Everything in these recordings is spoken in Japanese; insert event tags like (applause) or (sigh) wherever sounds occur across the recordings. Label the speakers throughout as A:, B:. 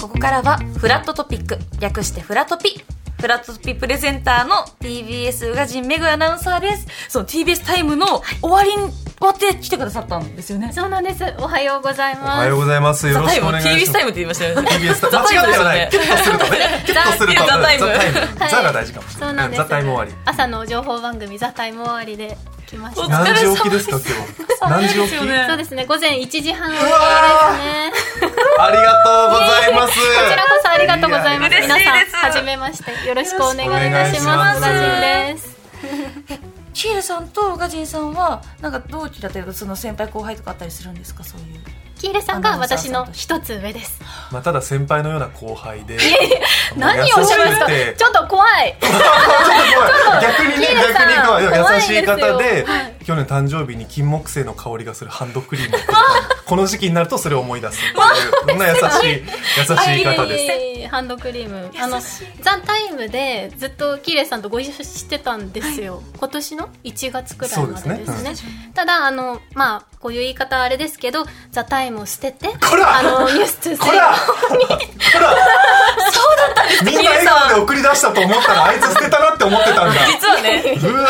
A: こからはフラットトピック略してフラトピフラットトピプレゼンターの TBS 宇賀神メグアナウンサーですその TBS タイムの終わりに終わって来てくださったんですよね、
B: そうなんです。おはようござい
C: お
B: ます。
C: はようございます。よ
A: ザ
C: ろ
A: タ
C: し
A: イ
C: くお
A: ム
C: 願いします。
A: TBS タイムって言いましたよ
C: (laughs)
A: ね
C: TBS タイム
A: ザタイム
C: 間違ってはない。
A: ですよね
C: キュッとするとね。キュッとすると。
A: ザタイム
C: ザタイム
B: はい
C: ザが大事かもしれ
B: そう
C: な。
B: ないんです。
C: ザタイム終わ
B: 朝の情報番組ザタイム終わりで来まし
A: お
B: た。
A: 疲れ様です
C: 何時起きですか今日。何時
A: そうです
C: 起き。
A: よね
B: そうですね。午前1時半終
C: うわ
B: わりですね。
C: ありがとうございます。
B: こちらこそありがとうございま
A: い
B: す。
A: や
B: 皆さん
A: 嬉しいです
B: はじめましてよろしくお願いいたします。宇賀
C: よろしくお願
B: 神です。
A: シールさんと宇賀神さんはなんか同期だったりその先輩後輩とかあったりするんですかそういう
B: キーレさんが私の一つ上です。
C: まあただ先輩のような後輩で。
B: 何をおっしゃるんです
C: 優しく
B: か。
C: て
B: ちょっと怖い。
C: 逆にね
B: ヒデさん
C: 逆にこう
B: 怖い
C: 優
B: です
C: し
B: よ
C: い方で
B: はい
C: 去年誕生日に金木犀の香りがするハンドクリームをこの時期になるとそれを思い出すっていうそんな優しい優しい方です
B: いえいえいえハンドクリーム。あの
A: 優しい
B: ザタイムでずっとキーレさんとご一緒してたんですよ。今年の1月くらいまでで
C: そう
B: す
C: で
B: ね。ただあのまあこういう言い方はあれですけど、ザタイムを捨てて、
C: こら
B: あ
C: (laughs)
B: のニュース2
C: こらこらみんな笑顔で送り出したと思ったらあいつ捨てたなって思ってたんだ
A: (laughs) 実はね
C: うわ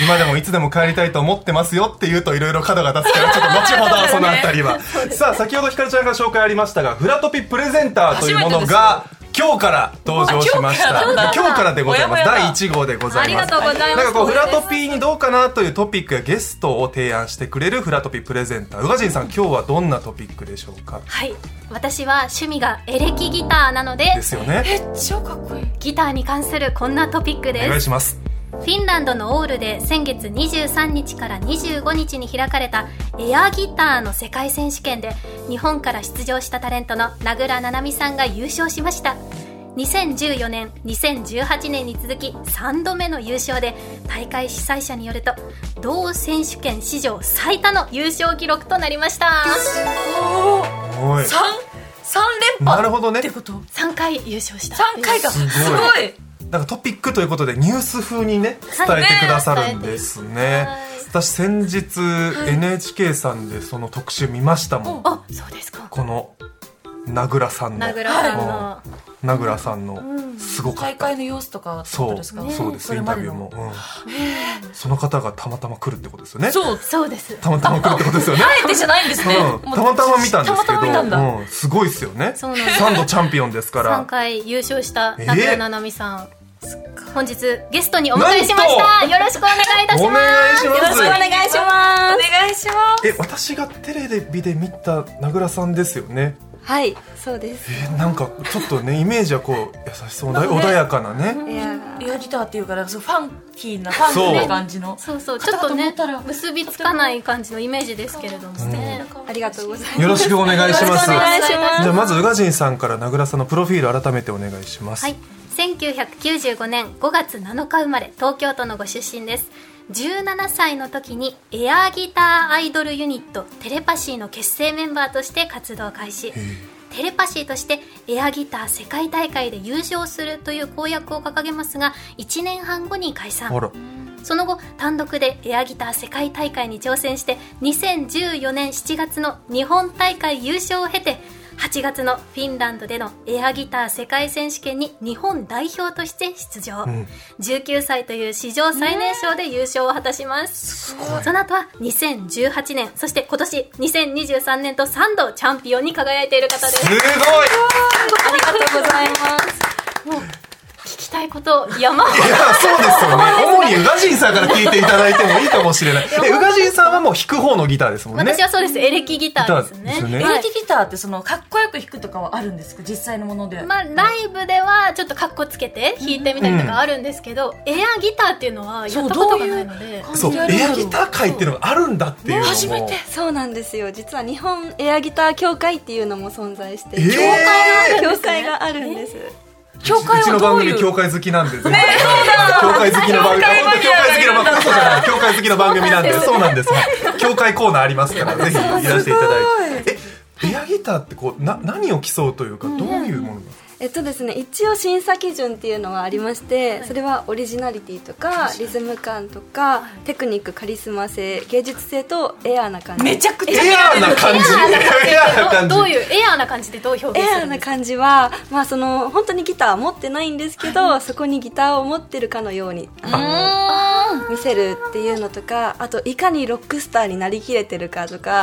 C: ー今でもいつでも帰りたいと思ってますよって言うといろいろ角が立つからちょっと後ほどそのあたりは、さあ先ほどひかるちゃんから紹介ありましたがフラトピプレゼンターというものが今日から登場しました
A: あ今日から
C: 今日からでございま
A: お
C: す
A: やおや
C: 第1号でございます
B: ありがとうございます
C: なんかこうフラトピーにどうかなというトピックやゲストを提案してくれるフラトピプレゼンター宇賀神さん今日はどんなトピックでしょうか
B: はい。私は趣味がエレキギターなので、
C: ですよね
A: え超かっこいい
B: ギターに関するこんなトピック
C: お願
B: で
C: い
B: す。
C: します
B: フィンランドのオールで先月23日から25日に開かれたエアギターの世界選手権で日本から出場したタレントの名倉七海さんが優勝しました。2014年、2018年に続き3度目の優勝で大会主催者によると同選手権史上最多の優勝記録となりました。
A: おお
C: おい
A: 三三連
C: な
A: 覇
C: るほどね
A: ってこと
B: 3回優勝した。
A: 三回か
C: すごい
A: すごい
C: なんかトピックということでニュース風にね伝えてくださるんですね
B: はい
C: 私先日 NHK さんでその特集見ましたもん、
A: お
B: あ、そうですか。
C: この名倉さんの
B: 名倉さんの。
C: 名倉さんのすごかっ
A: 大
C: た、
A: 会の様子とかってこ
C: そ
A: と
C: う
A: ですか
C: そうです
A: こ
C: イ
A: れ
C: ン
A: ま
C: タ
A: で
C: ビュー
A: の
C: も、うん、その方がたまたま来るってことですよね
A: そう
B: そうです。
C: たまたま来るってことですよね
A: あえてじゃないんですね
C: うん、
A: もう
C: たまたま見たんですけ
A: た
C: ど
A: またま見たんだ
C: うん、すごいですよね
B: そうなんです
C: 3度チャンピオンですから
B: 三回優勝した
C: え
B: 名倉ななみさん。本日ゲストにお迎えしまし
C: な
B: た。よろしくお願いいたし
C: お願いし
B: ます。
C: ます
A: 願いしますお願いします
C: え私がテレビで見た名倉さんですよね
D: はい、そうです。
C: えーなんかちょっとね (laughs) イメージはこう優しそうな
A: なんかね
C: 穏やかなね
D: エアが。
A: エアギターっていうからそうファンキーなファンキーな感じの
B: そうそう、ちょっとね、結びつかない感じのイメージですけれどもね。
D: ありがとうございます。
C: よろしくお願いします
D: よろしくお願いします
B: お願いし
C: じゃあまず宇賀神さんから名倉さんのプロフィール改めてお願いします、
B: はい、1995年5月7日生まれ東京都のご出身です17歳の時にエアギターアイドルユニットテレパシーの結成メンバーとして活動開始テレパシーとしてエアギター世界大会で優勝するという公約を掲げますが1年半後に解散
C: あら
B: その後単独でエアギター世界大会に挑戦して2014年7月の日本大会優勝を経て8月のフィンランドでのエアギター世界選手権に日本代表として出場、19歳という史上最年少で優勝を果たしますその後は2018年そして今年2023年と3度チャンピオンに輝いている方です
C: すごい
B: ありがとうございますもう聞きたいこと山ほど
C: いやそうですよね主に宇賀神さんから聞いていただいてもいいかもしれないえ宇賀神さんはもう弾く方のギターですもんね
B: 私はそうです、エレキギターです
C: ギターです
B: ね
C: よ
A: エ
C: ね
B: はい
A: レキギターってそのかっこよく弾くとかはあるんですか実際のもので
B: まあ、ライブではちょっとカッコつけて弾いてみたりとかあるんですけど、エアギターっていうのはやったことがないので
A: そうど
C: そう
A: 関係あ
C: エア
A: る
C: ギター界っていうのがあるんだっていうのも、
A: 初めて
D: そうなんですよ。実は日本エアギター協会っていうのも存在して、
C: えー
D: 協会があるんです。
A: 教会
C: うち
A: は
C: の
A: ど
C: 番
A: うい
C: 組
A: う
C: 教会好きなんで、全然教会好きの番組、本当教会好きの番組、嘘じゃない、教会好きの番組なんで、そうなんです。はい教会コーナーありますから、ぜひいらしていただいて。え、エアギターってこうな何を競うというか、どういうものなんですか。
D: えっとですね、一応審査基準っていうのはありまして、
B: い
D: それはオリジナリティとかリズム感とか、テクニックカリスマ性芸術性とエアーな感じ
A: めちゃくち
C: エ
A: ゃ
C: アーな感じエアーな感じ
B: どういうエアーな感じでどう表現
D: エ
B: す
D: ア
B: る
D: ー
B: んです
D: な
B: か
D: 感じは、まあ、その本当にギターは持ってないんですけど、そこにギターを持ってるかのようにあの
A: うーん
D: 見せるっていうのとかあといかにロックスターになりきれてるかと
C: あ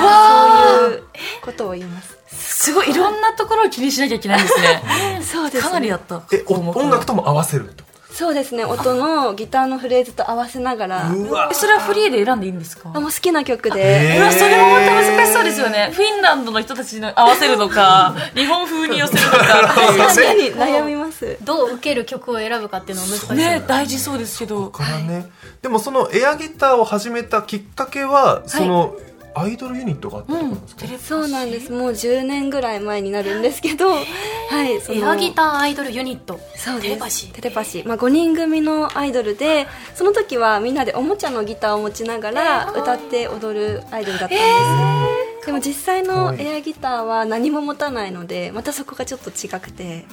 D: か
A: わ
D: そういうことを言います
A: すごいいろんなところを気にしなきゃいけないですね
D: そうですね
A: かなりやった
C: えお音楽とも合わせるってこ
D: そうですね音のギターのフレーズと合わせながら
C: とうわ
A: えそれはフリーで選んでいいんですか
D: あもう好きな曲
C: へ
D: で
A: うわそれもまた難しそうですよねフィンランドの人たちに合わせるの (laughs) か日本風に寄せるのか
D: 確
C: そう
D: か
C: ね
D: に悩みます
B: どう受ける曲を選ぶかっていうのは難しい、
A: ね大事そうですけど
C: からね、でもそのエアギターを始めたきっかけは、そのアイドルユニットがあったってことなんですか、
D: そうなんですもう10年ぐらい前になるんですけどはいその
B: エアギターアイドルユニット
D: そうです
B: テレパシー
D: テレパシー、まあ、5人組のアイドルでその時はみんなでおもちゃのギターを持ちながら歌って踊るアイドルだったんです、でも実際のエアギターは何も持たないのでまたそこがちょっと違くて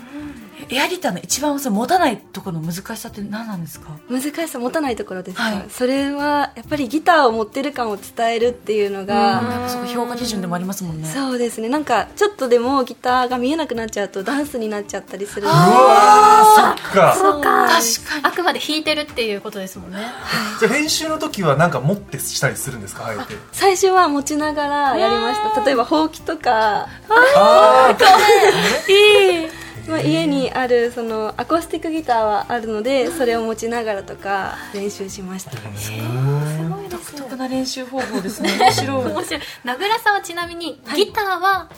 A: エアギターの一番その持たないところの難しさって何なんですか
D: 難しさ持たないところですか、
A: はい
D: それはやっぱりギターを持ってる感を伝えるっていうの
A: やっ
D: が
A: ぱそこ評価基準でもありますもんね
D: そうですねなんかちょっとでもギターが見えなくなっちゃうとダンスになっちゃったりするので
C: うわーそっか
D: そうか
A: 確か
B: あくまで弾いてるっていうことですもんね
C: じゃあ編集の時はなんか持ってしたりするんですかあえて
D: 最初は持ちながらやりました例えばほうきとか
C: あー
A: にいい
D: まあ、家にあるそのアコースティックギターはあるのでそれを持ちながらとか練習しました
A: 独特な練習方法ですね (laughs) 面白い
B: 面白い名倉さんはちなみにギターは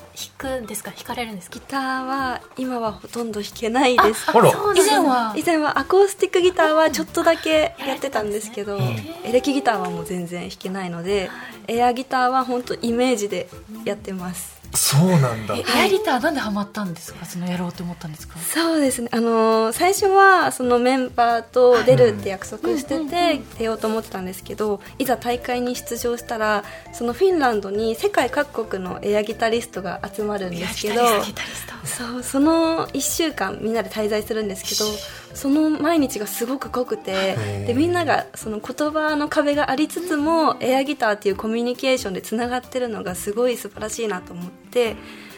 B: 弾くんですか弾かれるんですか
D: ギターは今はほとんど弾けないです
C: あら
B: そうなん
A: 以
B: ですね
A: 前は
D: 以前はアコースティックギターはちょっとだけやってたんですけどエレキギターはもう全然弾けないのでエアギターは本当イメージでやってます
C: そうなんだ
A: えエアギターなんでハマったんですかそのやろうと思ったんですか
D: そうですね、あのー最初はそのメンバーと出るって約束してて出ようと思ってたんですけどいざ大会に出場したらそのフィンランドに世界各国のエアギタリストが集まるんですけど
B: ギタリスト
D: そうその1週間みんなで滞在するんですけどその毎日がすごく濃くて
C: へー
D: でみんながその言葉の壁がありつつもエアギターっていうコミュニケーションでつながってるのがすごい素晴らしいなと思って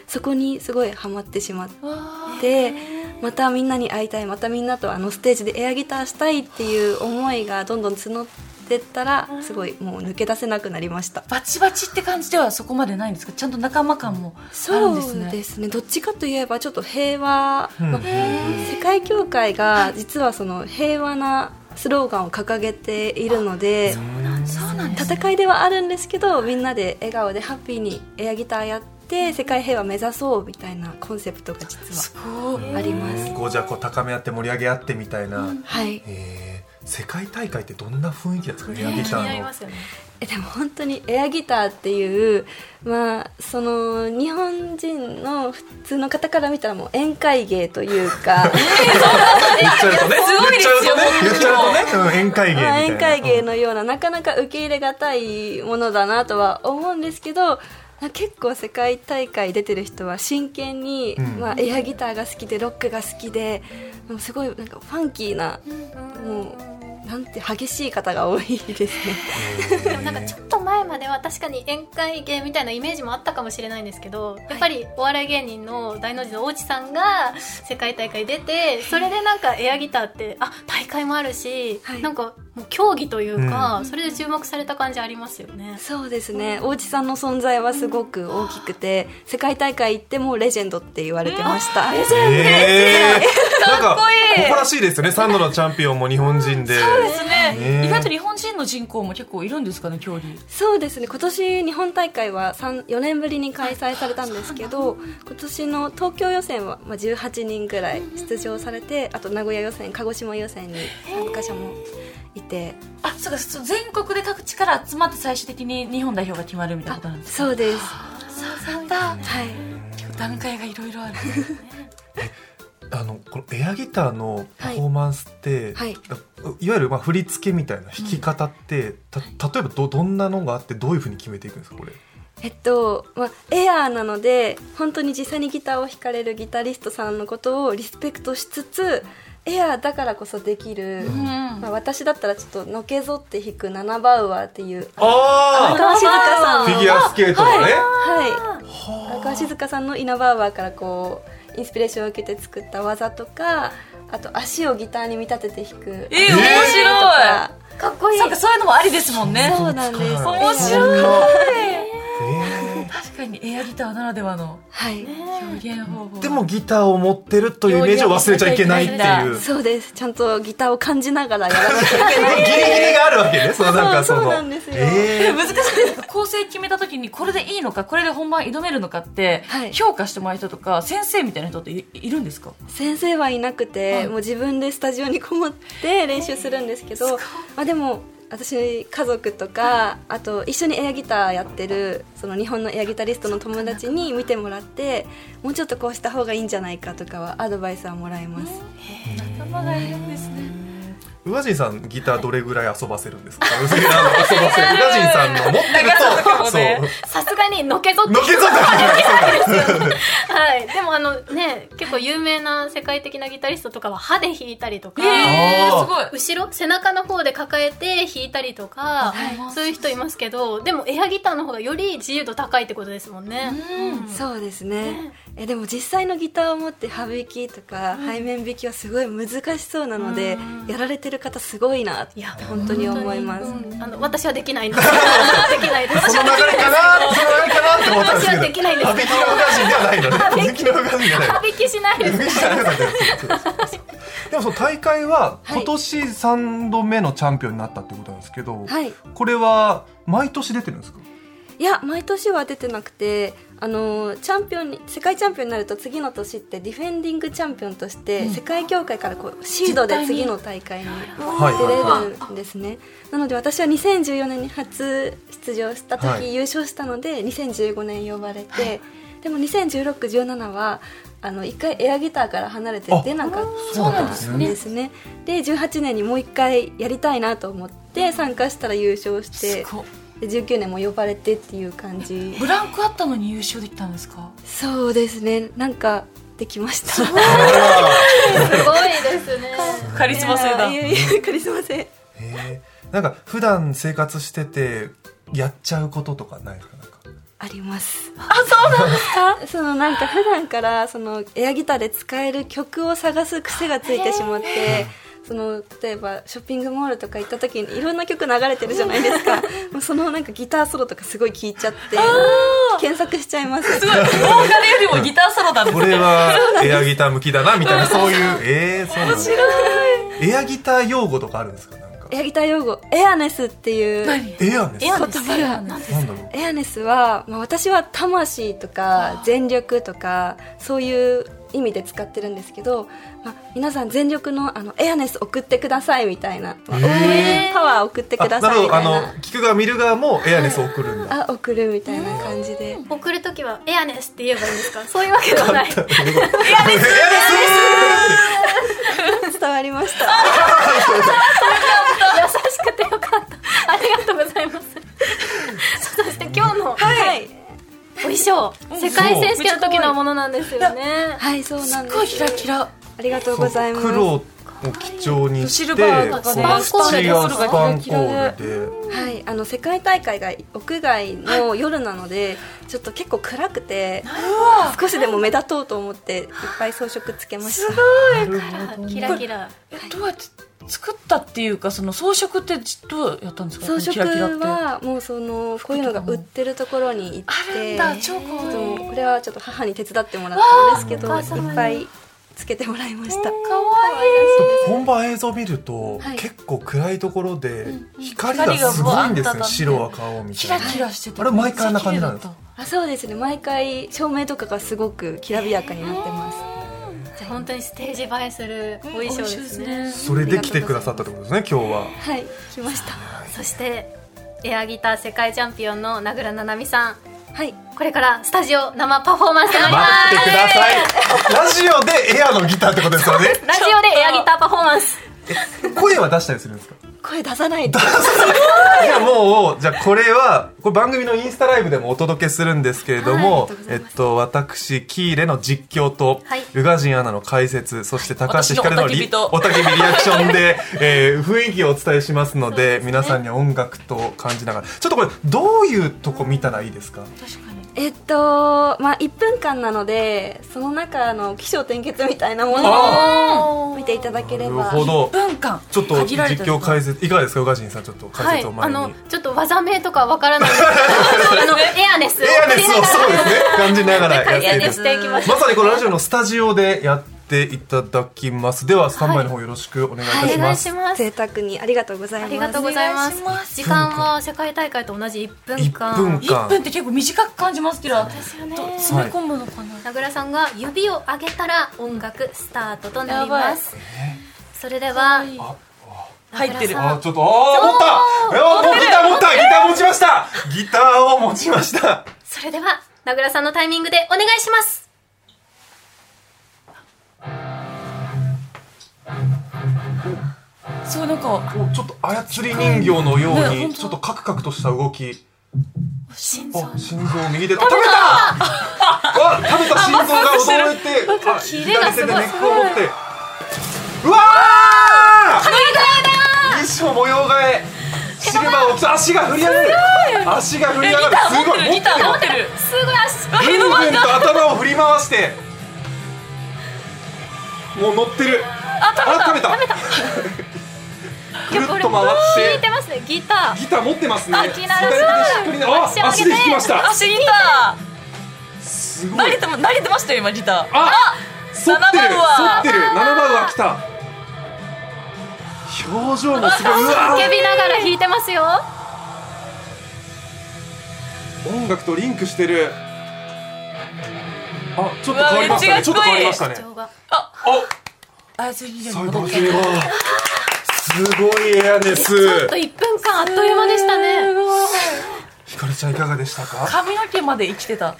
D: そこにすごいハマってしまって。
A: わ
D: でまたみんなに会いたいまたみんなとあのステージでエアギターしたいっていう思いがどんどん募ってったらすごいもう抜け出せなくなりました
A: バチバチって感じではそこまでないんですかちゃんと仲間感もあるんですね
D: ですねどっちかといえばちょっと平和、
C: うん
D: まあ世界協会が実はその平和なスローガンを掲げているので
A: そうなんです
D: 戦いではあるんですけどみんなで笑顔でハッピーにエアギターやって世界平和目指そうみたいなコンセプトが
A: す
D: 実
A: ごい
D: はあります。
C: こうじゃあこう高め合って盛り上げ合ってみたいな、
D: はい
C: えー世界大会ってどんな雰囲気なんですかエアギ
B: 気
C: タ
B: になり
C: ーの
B: ますよね
D: えでも本当にエアギターっていう、まあ、その日本人の普通の方から見たらもう宴会芸というか
C: 言っちゃうとね
A: すごいですよ
C: 言っち
D: (laughs)
C: ゃうとね言っちゃうとね、うん、 (laughs) 宴会芸み
D: まあ
C: たいな
D: 宴会芸のようななかなか受け入れがたいものだなとは思うんですけど結構世界大会出てる人は真剣に、
C: うん
D: まあ、エアギターが好きでロックが好きでもうすごいなんかファンキーな、もうなんて激しい方が多いですね。
B: でもなんかちょっと前までは確かに宴会芸みたいなイメージもあったかもしれないんですけど、やっぱりお笑い芸人の大の字の大地さんが世界大会出てそれでなんかエアギターってあ大会もあるし、
D: はい
B: なんかもう競技というか、それで注目された感じありますよね。
D: そうですね大地さんの存在はすごく大きくて世界大会行ってもレジェンドって言われてました、 (laughs)
C: えー、なんか誇らしいですよね3度のチャンピオンも日本人で
A: そうですね、
C: ね
A: 意外と日本人の人口も結構いるんですかね競技
D: そうですね今年日本大会は3 4年ぶりに開催されたんですけど今年の東京予選はまあ18人ぐらい出場されてあと名古屋予選鹿児島予選に参加者もいて
A: あそうかそう全国で各地から集まって最終的に日本代表が決まるみたいなことなんですか
D: そうです
A: そうなんだ
D: はい
A: 結構段階がいろいろある
C: あのこのエアギターのパフォーマンスって、
D: はい
C: いわゆるまあ振り付けみたいな弾き方って、た例えばどどんなのがあってどういうふうに決めていくんですかこれ。
D: ええっと、まあ、エアーなので本当に実際にギターを弾かれるギタリストさんのことをリスペクトしつつエアーだからこそできる、まあ、私だったらちょっとのけぞって弾く「ナナバウアー」っていう荒
C: あ
D: 川静香さん
C: あ
D: の
C: フィギュアスケートのね
D: はい、荒川静香さんの「イナバウアー」からこうインスピレーションを受けて作った技とかあと足をギターに見立てて弾く
A: えー面白い
B: かっこいい
A: そうかそういうのもありですもんね
D: そうなんです
A: 面
D: い
A: 白い
C: え
A: 確かにエアギターならではの
D: はい
A: 表現方法
C: ーでもギターを持ってるというイメージを忘れちゃいけないっていう
D: そうですちゃんとギターを感じながらやらなきゃいけない
C: ギリギリがあるわけねそのなんかそ
D: そ
C: の
D: うそうなんですよ
A: え
C: え
A: (laughs)
C: ー
A: 難しいです構成決めた時にこれでいいのかこれで本番挑めるのかって
D: はい
A: 評価してもらう人とか先生みたいな人っていいるんですか
D: 先生はいなくて、
A: はい
D: もう自分でスタジオにこもって練習するんですけど、まあ、でも私家族とか、あと一緒にエアギターやってるその日本のエアギタリストの友達に見てもらってもうちょっとこうした方がいいんじゃないかとかはアドバイスはもらいます、
A: 仲間がいるんですね
C: 宇賀神さんギターどれぐらい遊ばせるん (laughs) ですか、宇賀神さんの遊ばせる宇賀神さんの持ってると
A: そうね
B: さすがにのけぞって
C: のけぞってる
B: はい、でもあのね結構有名な世界的なギタリストとかは歯で弾いたりとか、
A: えー
C: あー
A: すごい
B: 後ろ背中の方で抱えて弾いたりとか、
A: はい
B: そういう人いますけどでもエアギターの方がより自由度高いってことですもんね。うん
D: そうですねえでも実際のギターを持って羽弾きとか背面弾きはすごい難しそうなので、やられてる方すごいなって本当に思います、
B: うんあの私はできないんです。できないです。
C: その流れかなその流れかなって思ったんですけ
B: 私は
C: ど
B: できないんです
C: 阿部キの宇賀神ではないのね阿部キの宇賀神じゃない
B: 歯引きしないです。
C: (laughs) でもその大会は
D: は
C: 今
D: い
C: 年3度目のチャンピオンになったってことなんですけど、
D: はい
C: これは毎年出てるんですか
D: いや毎年は出てなくてあのチャンピオンに世界チャンピオンになると次の年ってディフェンディングチャンピオンとして、世界協会からこうシードで次の大会に
C: はいはい
D: 出れるんですね、なので私は2014年に初出場した時、
C: はい
D: 優勝したので2015年呼ばれて、でも201617はあの一回エアギターから離れて
C: あ
D: 出なかった
C: そうなんですね
D: ですねで18年にもう一回やりたいなと思って参加したら優勝して。
A: すごい
D: で19年も呼ばれてっていう感じ
A: ブランクあったのに優勝できたんですか
D: そうですねなんかできました
B: すごいですね。
A: カリスマ性だ
D: いやいやいやカリスマ性
C: へーなんか普段生活しててやっちゃうこととかないですかなんか
D: ありますあそうなんですか (laughs) そのなんか普段からそのエアギターで使える曲を探す癖がついてしまってその例えばショッピングモールとか行った時にいろんな曲流れてるじゃないです (laughs) かもうそのなんかギターソロとかすごい聴いちゃって検索しちゃい (laughs) ます
A: すごいボーカルよりもギターソロだんです
C: こ
A: ね
C: れ
D: (laughs)
C: はエアギター向きだなみたいなそういうえー、そうなんだエアギター用語とかあるんですかなんか
D: エアギター用語エアネスっていう
C: エアネス
A: エア
C: な
A: ネ
C: ん
A: ス
D: 言葉が
C: だろう
D: エアネスは、まあ、私は魂とか全力とかそういう意味で使ってるんですけど、まあ、皆さん全力のあのエアネス送ってくださいみたいな、まあ応援パワー送って
C: あ
D: くだ
C: な
D: さ
C: るほ
D: いみ
C: ど
D: た
C: あ
D: い
C: の
D: な
C: 聞く側見る側もエアネスを送
D: (laughs)
C: るんだ
D: あ送るみたいな感じで
B: (laughs) 送るときはエアネスって言えばいいんですか。そういうわけではない。
C: (laughs) エアネス
D: (laughs) 伝わりま (laughs) した
B: 優しくてよかった。ありがとうございます。そして今日の、
D: はい、
B: お衣装、世界選手権の時のものなんですよね。
D: はい、そうなんです
A: ごいキラキラ
D: ありがとうございます
C: そう黒を基調にして
A: シルバーとか
B: ね
C: この口がスパンコールで
D: はい、あの世界大会が屋外の夜なので、ちょっと結構暗くて少しでも目立とうと思っていっぱい装飾つけました
B: キラキラ。
A: えどうやって作ったっていうかその装飾ってどうやったんですか
D: 装飾
A: キラキラって
D: はもうそのこういうのが売ってるところに行って
A: あるんだ超可愛い
D: ちょっとこれはちょっと母に手伝ってもらったんですけど
B: わあお母様に
D: いっぱいつけてもらいまし
A: か
D: た
A: わい
C: 本番映像見ると、
D: はい
C: 結構暗いところで光がすごいんですね白は顔み
A: いキ
C: た
A: ラ
C: いな
A: キラしてて
C: あれ毎回あんな感じなんですか
D: あそうですね毎回照明とかがすごくきらびやかになってます、
B: じゃあ本当にステージ映えするお衣装ですね。
C: それで来てくださったってことですね今日は
D: はい来ました
B: そしてエアギター世界チャンピオンの名倉七海さん、
D: はい
B: これからスタジオ生パフォーマンスがあります。
C: 待ってくださいラジオでエアのギターってことですよね
B: ラジオでエアギターパフォーマンス。
C: 声は出したりするんですか
D: 声出
A: (laughs)
D: さないと
C: いやもうじゃあこれはこれ番組のインスタライブでもお届けするんですけれども、
D: はいありがとうござ
C: え
D: い
C: っ
D: ます
C: と私キーレの実況と、
B: はいう
C: がじんアナの解説そして高橋ひかるの
A: 私の
C: お
A: お
C: たけびリアクション (laughs) で、えー雰囲気をお伝えしますので皆さんに音楽と感じながらちょっとこれどういうとこ見たらいいですか
A: 確かに
D: えっとまあ1分間なのでその中の起承転結みたいなものを
C: あ
D: 見ていただけ
C: な
D: れ
C: る
D: ば
C: ほど
A: 文化
C: ちょっと実況解説いかがですかうがじんさんちょっと解説を
B: あ
C: 前に、
B: のちょっと技名とかわから
C: (laughs)
B: ないんですけどあのエアネスを
C: エアネスをそう (laughs) ですね感じながらやってい
B: 解
C: いで
B: 説
C: す
B: していきましょう
C: まさにこのラジオのスタジオでやっていただきます。では、スタンバイの方よろしくお願いいた
B: お
C: し
B: 願
C: ま
B: い
C: す。
B: します
D: 贅沢にありがとうございます
B: ありがとうございます
A: お願いします
B: 時間は世界大会と同じ1分間
C: 1分
A: 一分って結構短く感じますけど
B: ですよね
A: 詰め込むのかな、
B: 名倉さんが指を上げたら音楽スタートとなりますそれでは
A: はい
C: あ
A: 入ってる
C: あー、ちょっと、あー、持ったいやーギター持ったギター持ちましたギターを持ちました
B: それでは名倉さんのタイミングでお願いします
A: そうなんか
C: おちょっと操り人形のよう
A: ね
C: に、
A: 本当
C: ちょっとカクカクとした動き。
A: 心臓
C: あ、心臓を右で、あ食べたあ、食べた心臓が驚いて、あ
B: キレがすごい
C: 左手でネックを持って。うわー衣装模様替えシルバーを着た足が振り上がる足が振り上がるすごい
A: ギター持ってる
B: すごい足
A: ギター持ってる
C: ぐんぐんと頭を振り回してもう乗ってるあ食べた (laughs) くるっと回
B: 弾い
C: って
B: ますねギタ
C: てギター持ってますね
B: あギター
C: 左手でしっくりねあ
B: 足を上げて
C: 足で弾きました
A: 足ギタ
C: す
A: ー
C: ご
A: 投
C: い
A: げても投げてましたよ今ギター
C: あ反ってる
A: 七番は
C: 反ってる7番は来た表情もすごいうわ
B: ー叫びながら弾いてますよ
C: 音楽とリンクしてるあちょっと変わりました
A: うわめ
C: ね
A: っ
C: ち
A: ち
C: ょ
A: ゃか
C: っと
A: っこいい
C: 変わりましたね
B: 口調が
C: あ
A: あそういう
C: 最
A: 戻
C: 後
A: っ
C: の
A: て
C: 決めがすごいエアネス
B: ちょっと1分間あっという間でしたね
C: ひかるちゃんいかがでしたか
A: 髪の毛まで生きてた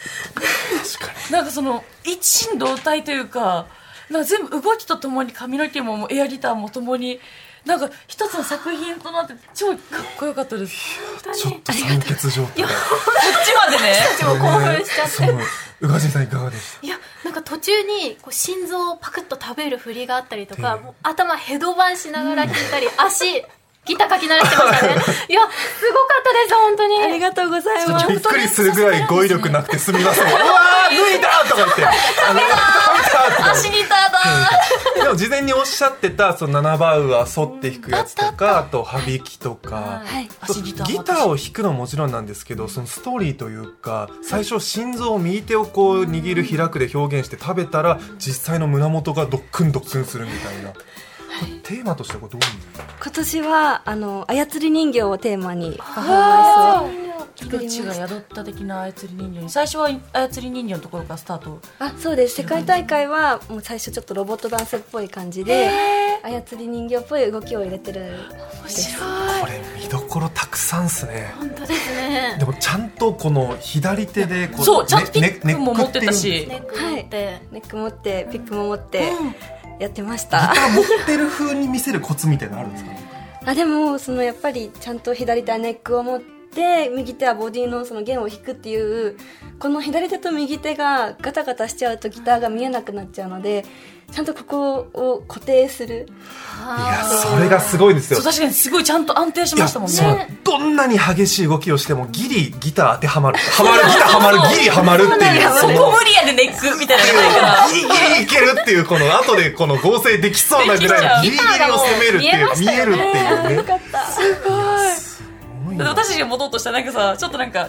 A: なんかその一心同体というかなんか全部動きとともに髪の毛ももうエアギターもともになんか一つの作品となって超かっこよかったです
C: ちょっと酸欠
A: こ
C: 状態
A: っちまで (laughs) ね
B: ちょっと興奮しちゃって
C: すごいうがじさんいかがでした
B: いやなんか途中にこう心臓をパクッと食べる振りがあったりとか、
C: うん
B: もう頭ヘドバンしながら聞いたり、足ギターかき鳴らしてましたねいやすごかったです本当に
D: ありがとうございます
C: びっくりするぐらい語彙力なくてすみませんうわー脱いだーとか言ってあの食べたーとか
A: 足ギターだ
C: でも事前におっしゃってたその7番は反って弾くやつとかあと羽引きとか、
D: はい
C: あと
A: 足
C: ギ
A: ギ
C: タ
A: ター
C: ーを弾くのももちろんなんですけどそのストーリーというか最初心臓を右手をこう握る開くで表現して食べたら実際の胸元がドックンドックンするみたいな、テーマとしてはこれどういう
D: 今年はあの操り人形をテーマにパフォーマンスを作りま
A: 命が
D: した
A: 宿った的な操り人形に最初は操り人形のところからスタート
D: あそうです世界大会はもう最初ちょっとロボットダンスっぽい感じで操り人形っぽい動きを入れてる面
C: これ見どころたくさんっすね
B: 本当ですね
C: (laughs) でもちゃんとこの左手でこ
A: そうちゃんとピ
C: ねね
A: ックも持ってた
C: ネック
A: し
B: ネック持って、
D: ネック持ってピックも持ってやってまし
C: っ
D: た、
C: ていう持ってる風に見せるコツみたいなのあるんですかね
D: (laughs) あでもそのやっぱりちゃんと左手はネックを持って右手はボディのその弦を弾くっていうこの左手と右手がガタガタしちゃうとギターが見えなくなっちゃうのでちゃんとここを固定する
C: いやそれがすごいんですよ
A: そう確かにすごいちゃんと安定しましたもん
C: いやそう
A: ね
C: どんなに激しい動きをしてもギリギター当てはまるはまるギターはまるギリはまるっていう
A: そ
C: の
A: こ無理やでネックみたいなのないから
C: ギリギリいけるっていうこの後でこの合成できそうなぐらいのギリギリを攻めるっていう見えるっていうね
D: かった
A: だって私たちが持とうとしたらなんかさちょっとなんか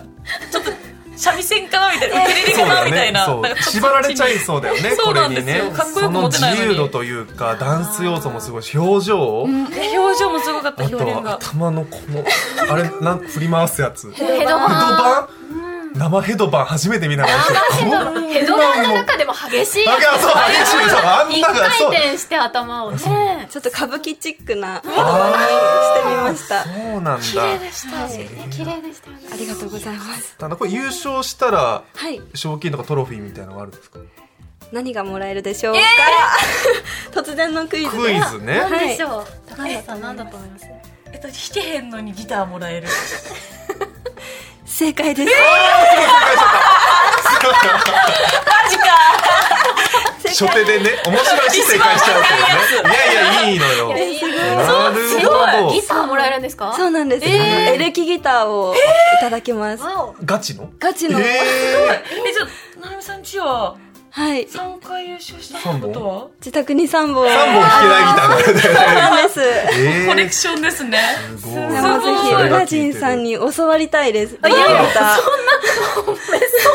A: ちょっと三味線かなみたいなウクレレかなみたいな
C: そう
A: なん
C: だよね
A: か
C: そう縛られちゃいそうだよね
A: そ
C: こ
A: うな
C: れ
A: ん
C: に
A: です
C: ね
A: よかっこ
C: そ
A: よく持
C: の
A: て
C: 自
A: ないのに
C: 由度というかダンス要素もすごいし表情
A: 表情もすごかった
C: あ
A: 表現
C: と
A: が
C: 頭のこのあれなん振り回すやつヘド
B: ヘドバン
C: バン生ヘドバン初めて見ながら
B: ヘドバンの中でも激しい
C: だからそう激しいそうあん
B: 一
C: ながそう
B: 回転して頭をね
D: ちょっと歌舞伎チックな (laughs) してみ
C: あ
D: ました
C: ーそうなんだ
B: した綺麗でしたよね
D: ありがとうございます
C: ただこれ優勝したら
D: はい
C: 賞金とかトロフィーみたいなのがあるんですか
D: 何がもらえるでしょうか、 (laughs) 突然のクイズで
C: クイズね
B: 何でし
D: はい
B: ょう高橋さん何だと思います
A: えっ弾けへんのにギターもらえる
D: 正解です、
A: マジか
C: 初手でね面白いし正解しちゃうけどねいやいやいいのよ
D: えすごい
C: なるほど
B: ギターもらえるんですか
D: そうなんです、
B: えー
D: エレキギターをいただけます、
B: わお
C: ガチの
D: ガチの、
C: え
A: えじゃあなるみさんちは
D: はい
A: 3回優勝したってことは
D: 自宅に3
C: ー、3本
D: 本
C: 弾けないギターがあるね
D: そうなんです
C: え
A: (laughs) コレクションですね
C: ー、すごい
D: でもぜひウラジンさんに教わりたいですエレキギター
B: そ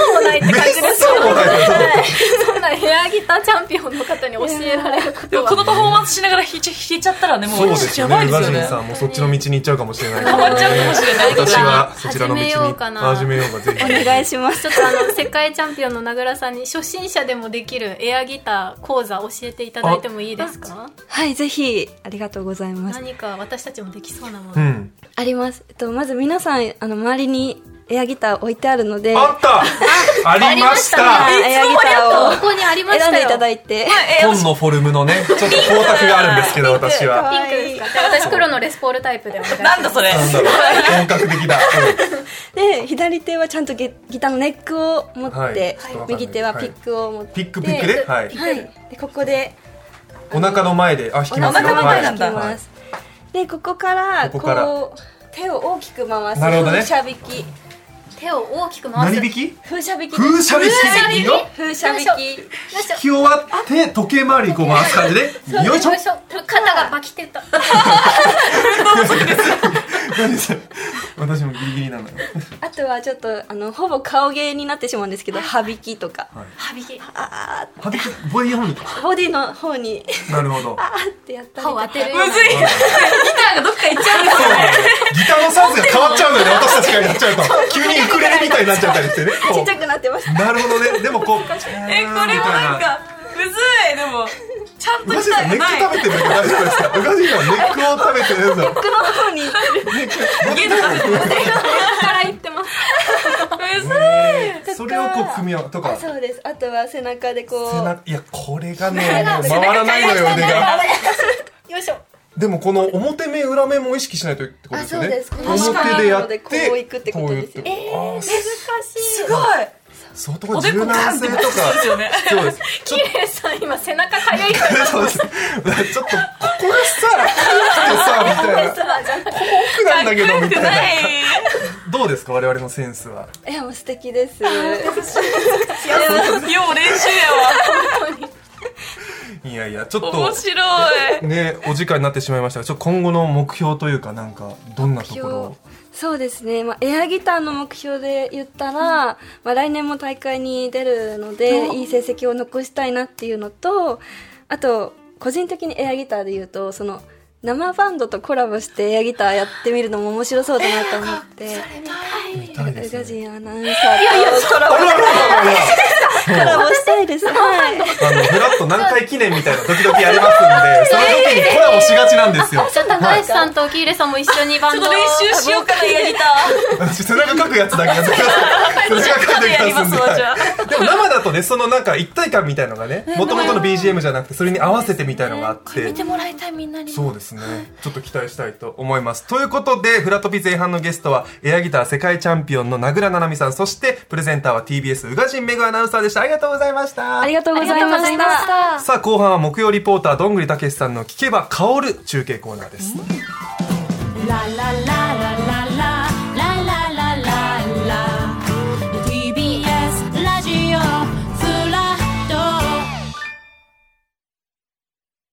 B: うもないって感じですよ
C: そうもない
B: はいそうなんヘアギターチャンピオンの方に教えられるこ
A: で
B: と
A: も
B: は
A: このパフォーマンスしながら弾いちゃ弾いちゃったらねもう
C: そうです
A: や
C: よ
A: ばい
C: ねウ
A: ですよ
C: ラジン
A: ね
C: さんもそっちの道に行っちゃうかもしれない
A: ハマっちゃうかもしれない
C: 私はそちらの道に
B: 始めようかな
C: 始めようかぜひ
D: お願いします
B: ちょっとあの世界チャンピオンの名倉さんに初心者でもできるエアギター講座教えていただいてもいいですか
D: はいぜひありがとうございます
B: 何か私たちもできそうなも
C: う
B: の
C: ん
D: あります、えっと、まず皆さんあの周りにエアギター置いてあるので
C: あったありました
D: はいエアギ
B: こ
D: ターを
B: こにありましたよ
D: 選んでいただいて
C: 本のフォルムのねちょっと光沢があるんですけど私は
B: ピンクですかじゃあ私黒のレスポールタイプでお願いします
A: なんだそれ
C: なんだろう本格的だ
D: で左手はちゃんとギギターのネックを持って、
C: はいちょっとわかんない
D: 右手はピックを持って、
C: ピックピックではい
D: はいでここで
C: お腹の前であ弾きますよ
A: お腹の前なんだ
C: はい
D: 弾きますでここから
C: こ
D: こ
C: こから
D: う手を大きく回す
C: なるほどね
D: 風車引き
B: 手を大きく回す
C: 何引き
D: 風車引き
C: 風車引き
B: 風車引き
C: の
D: 風車引き
C: 引き終わって時計回りにこう回す感じでよいしょ
B: よいしょ肩がバキってた
C: 何それ私もギリギリなのよ
D: あとはちょっとあのほぼ顔芸になってしまうんですけど歯引きとか
B: 歯引き
D: あ
C: はてきボディーホン
D: ーボディの方に
C: なるほど
D: あーってやったり
B: 歯
D: と
B: を
D: か
B: 当てるよう
A: む
B: な
A: ずいギターがどっか行っちゃう
C: そうなのギターのサイズが変わっちゃうのよね私たちがやっちゃうと急にウクレレみたいになっちゃったりしてねこ
D: ちっ
C: う
D: ちゃくなってます
C: なるほどねでもこう
A: え
C: え
A: これもなんかむずいでもちゃんと
C: マジ
A: し
C: で
A: た
C: ネ
A: く
C: ック
A: ない
C: 食べてるだけ大丈夫ですかおかしいなネックを食べてるやつだ
D: 僕の方に
A: ゲー
B: から言ってます
A: ムむずい
C: それをこう組み合わとか
D: あ
C: 背
D: そうですあとは背中でこう
C: 中いやこれがねもう回らないのよ腕が
B: よいしょ
C: でもこの表目裏目も意識しないとってことですよね
D: あそうですこの下
C: 表でやって
D: こう行くってことですよ
C: こういうあー
A: すごい
C: 相当
A: おで
C: 柔
A: こガン
C: 軟
A: って
C: 性と
A: こ
C: か
A: とですよね
C: そうですちょっと
B: キレイさん今背中かゆいから
C: そうです。ちょっ (laughs) と、ここがさ、かくてさ、みたいな。こう奥なんだけど、み
A: く
C: た
A: ない
C: な。
A: い
C: どうですか、我々のセンスは。
D: いやもう素
C: (laughs)
D: 敵です
A: よう練習や
C: いやいや、ちょっ
A: わ面
C: と、
A: 白い
C: ね、お時間になってしまいましたが、ちょっと今後の目標というか、なんか、どんなところを。
D: そうですね、まあ、エアギターの目標で言ったら、まあ、来年も大会に出るのでいい成績を残したいなっていうのとあと個人的にエアギターで言うとその生バンドとコラボしてエアギターやってみるのも面白そうだなと
B: (laughs)
D: 思って、
C: 見たいで
D: 宇
C: す
D: 賀
C: ね。
D: 神アナウンサーとコラボ
C: あららららら
D: コラボしたいです、はい、
C: あの、フラット何回記念みたいなドキドキやりますんで、その時にコラボしがちなんですよ。
B: ちょっと高橋さんと喜入さんも一緒にバ
A: ちょ
B: ン
A: っと
B: ドを
A: 練習しようかなエアギタ
C: 私背中書くやつだけやってください背中書いて
A: やり
C: くだ
A: ますわじゃあ
C: さいでも生だとねそのなんか一体感みたいのがねもともとの BGM じゃなくてそれに合わせてみたいのがあって
B: もらいたいみんなに
C: そうですねちょっと期待したいと思いますということでフラトピ前半のゲストはエアギター世界チャンピオンの名倉七海さんそしてプレゼンターは TBS 宇賀神メグアナウンサーでしたありがとうございました
D: ありがとう
B: あ
D: ご
B: りが
D: ざい
B: とうご
D: ま
B: ざ
D: し
B: いま
D: た
B: した
C: さあ後半は木曜リポーターどんぐりたけしさんの聞けば香る中継コーナーです
E: ラララ